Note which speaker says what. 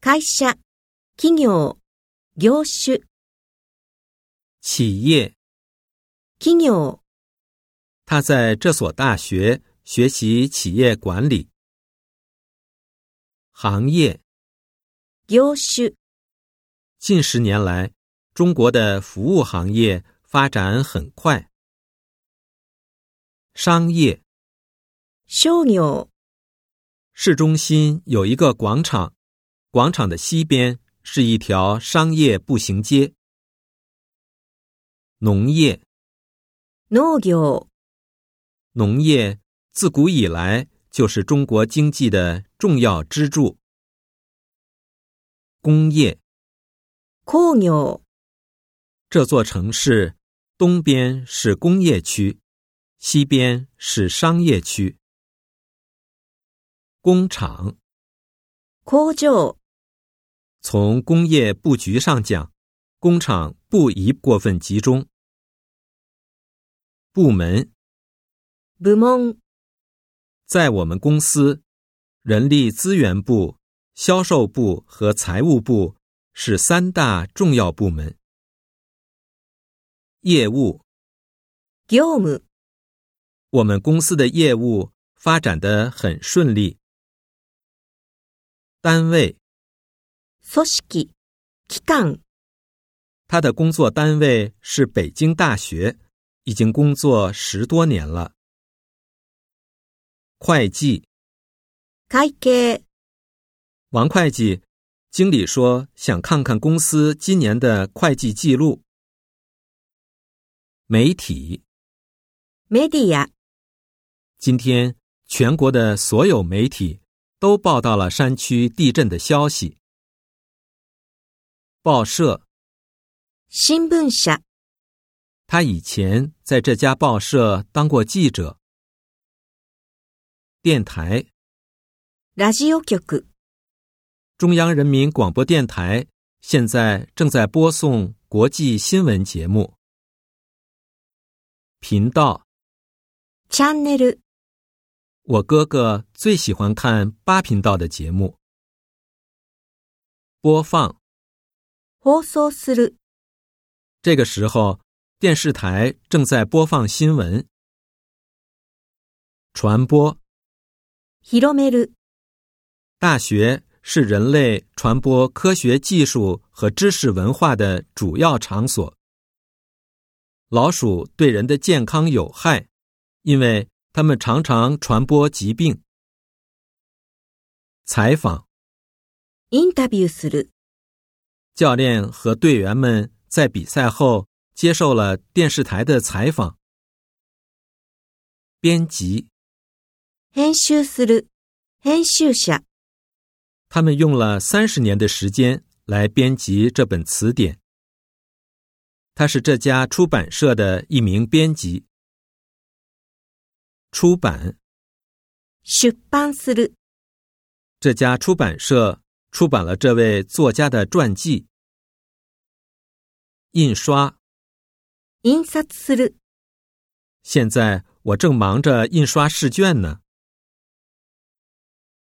Speaker 1: 会社、企業、業種、
Speaker 2: 企业。
Speaker 1: 企業、
Speaker 2: 他在这所大学学习企业管理。行业
Speaker 1: 業種、
Speaker 2: 近十年来，中国的服务行业发展很快。商业
Speaker 1: 商業、
Speaker 2: 市中心有一个广场，广场的西边是一条商业步行街。农业，
Speaker 1: 農業、
Speaker 2: 农业自古以来就是中国经济的重要支柱。工业，
Speaker 1: 工業、
Speaker 2: 这座城市东边是工业区，西边是商业区。工厂，
Speaker 1: 工場、
Speaker 2: 从工业布局上讲，工厂不宜过分集中。部门
Speaker 1: 部門、
Speaker 2: 在我们公司，人力资源部、销售部和财务部是三大重要部门。业务，
Speaker 1: 業務、
Speaker 2: 我们公司的业务发展的很顺利。单位，
Speaker 1: 組織、機関、
Speaker 2: 他的工作单位是北京大学，已经工作十多年了。会计，
Speaker 1: 会計、
Speaker 2: 王会计，经理说想看看公司今年的会计记录。媒体，
Speaker 1: メディア、
Speaker 2: 今天全国的所有媒体都报道了山区地震的消息。报社，
Speaker 1: 新聞社、
Speaker 2: 他以前在这家报社当过记者。电台，
Speaker 1: ラジオ局、
Speaker 2: 中央人民广播电台现在正在播送国际新闻节目。频道，
Speaker 1: チャンネル、
Speaker 2: 我哥哥最喜欢看八频道的节目。播放，
Speaker 1: 放送する、
Speaker 2: 这个时候电视台正在播放新闻。传播，
Speaker 1: 広める、
Speaker 2: 大学是人类传播科学技术和知识文化的主要场所。老鼠对人的健康有害，因为它们常常传播疾病。采访，
Speaker 1: インタビューする、
Speaker 2: 教练和队员们在比赛后接受了电视台的采访。编辑，
Speaker 1: 編集する、編集者、
Speaker 2: 他们用了三十年的时间来编辑这本词典。他是这家出版社的一名编辑。出版
Speaker 1: 出版する、
Speaker 2: 这家出版社出版了这位作家的传记。印刷，
Speaker 1: 印刷する、
Speaker 2: 现在我正忙着印刷试卷呢。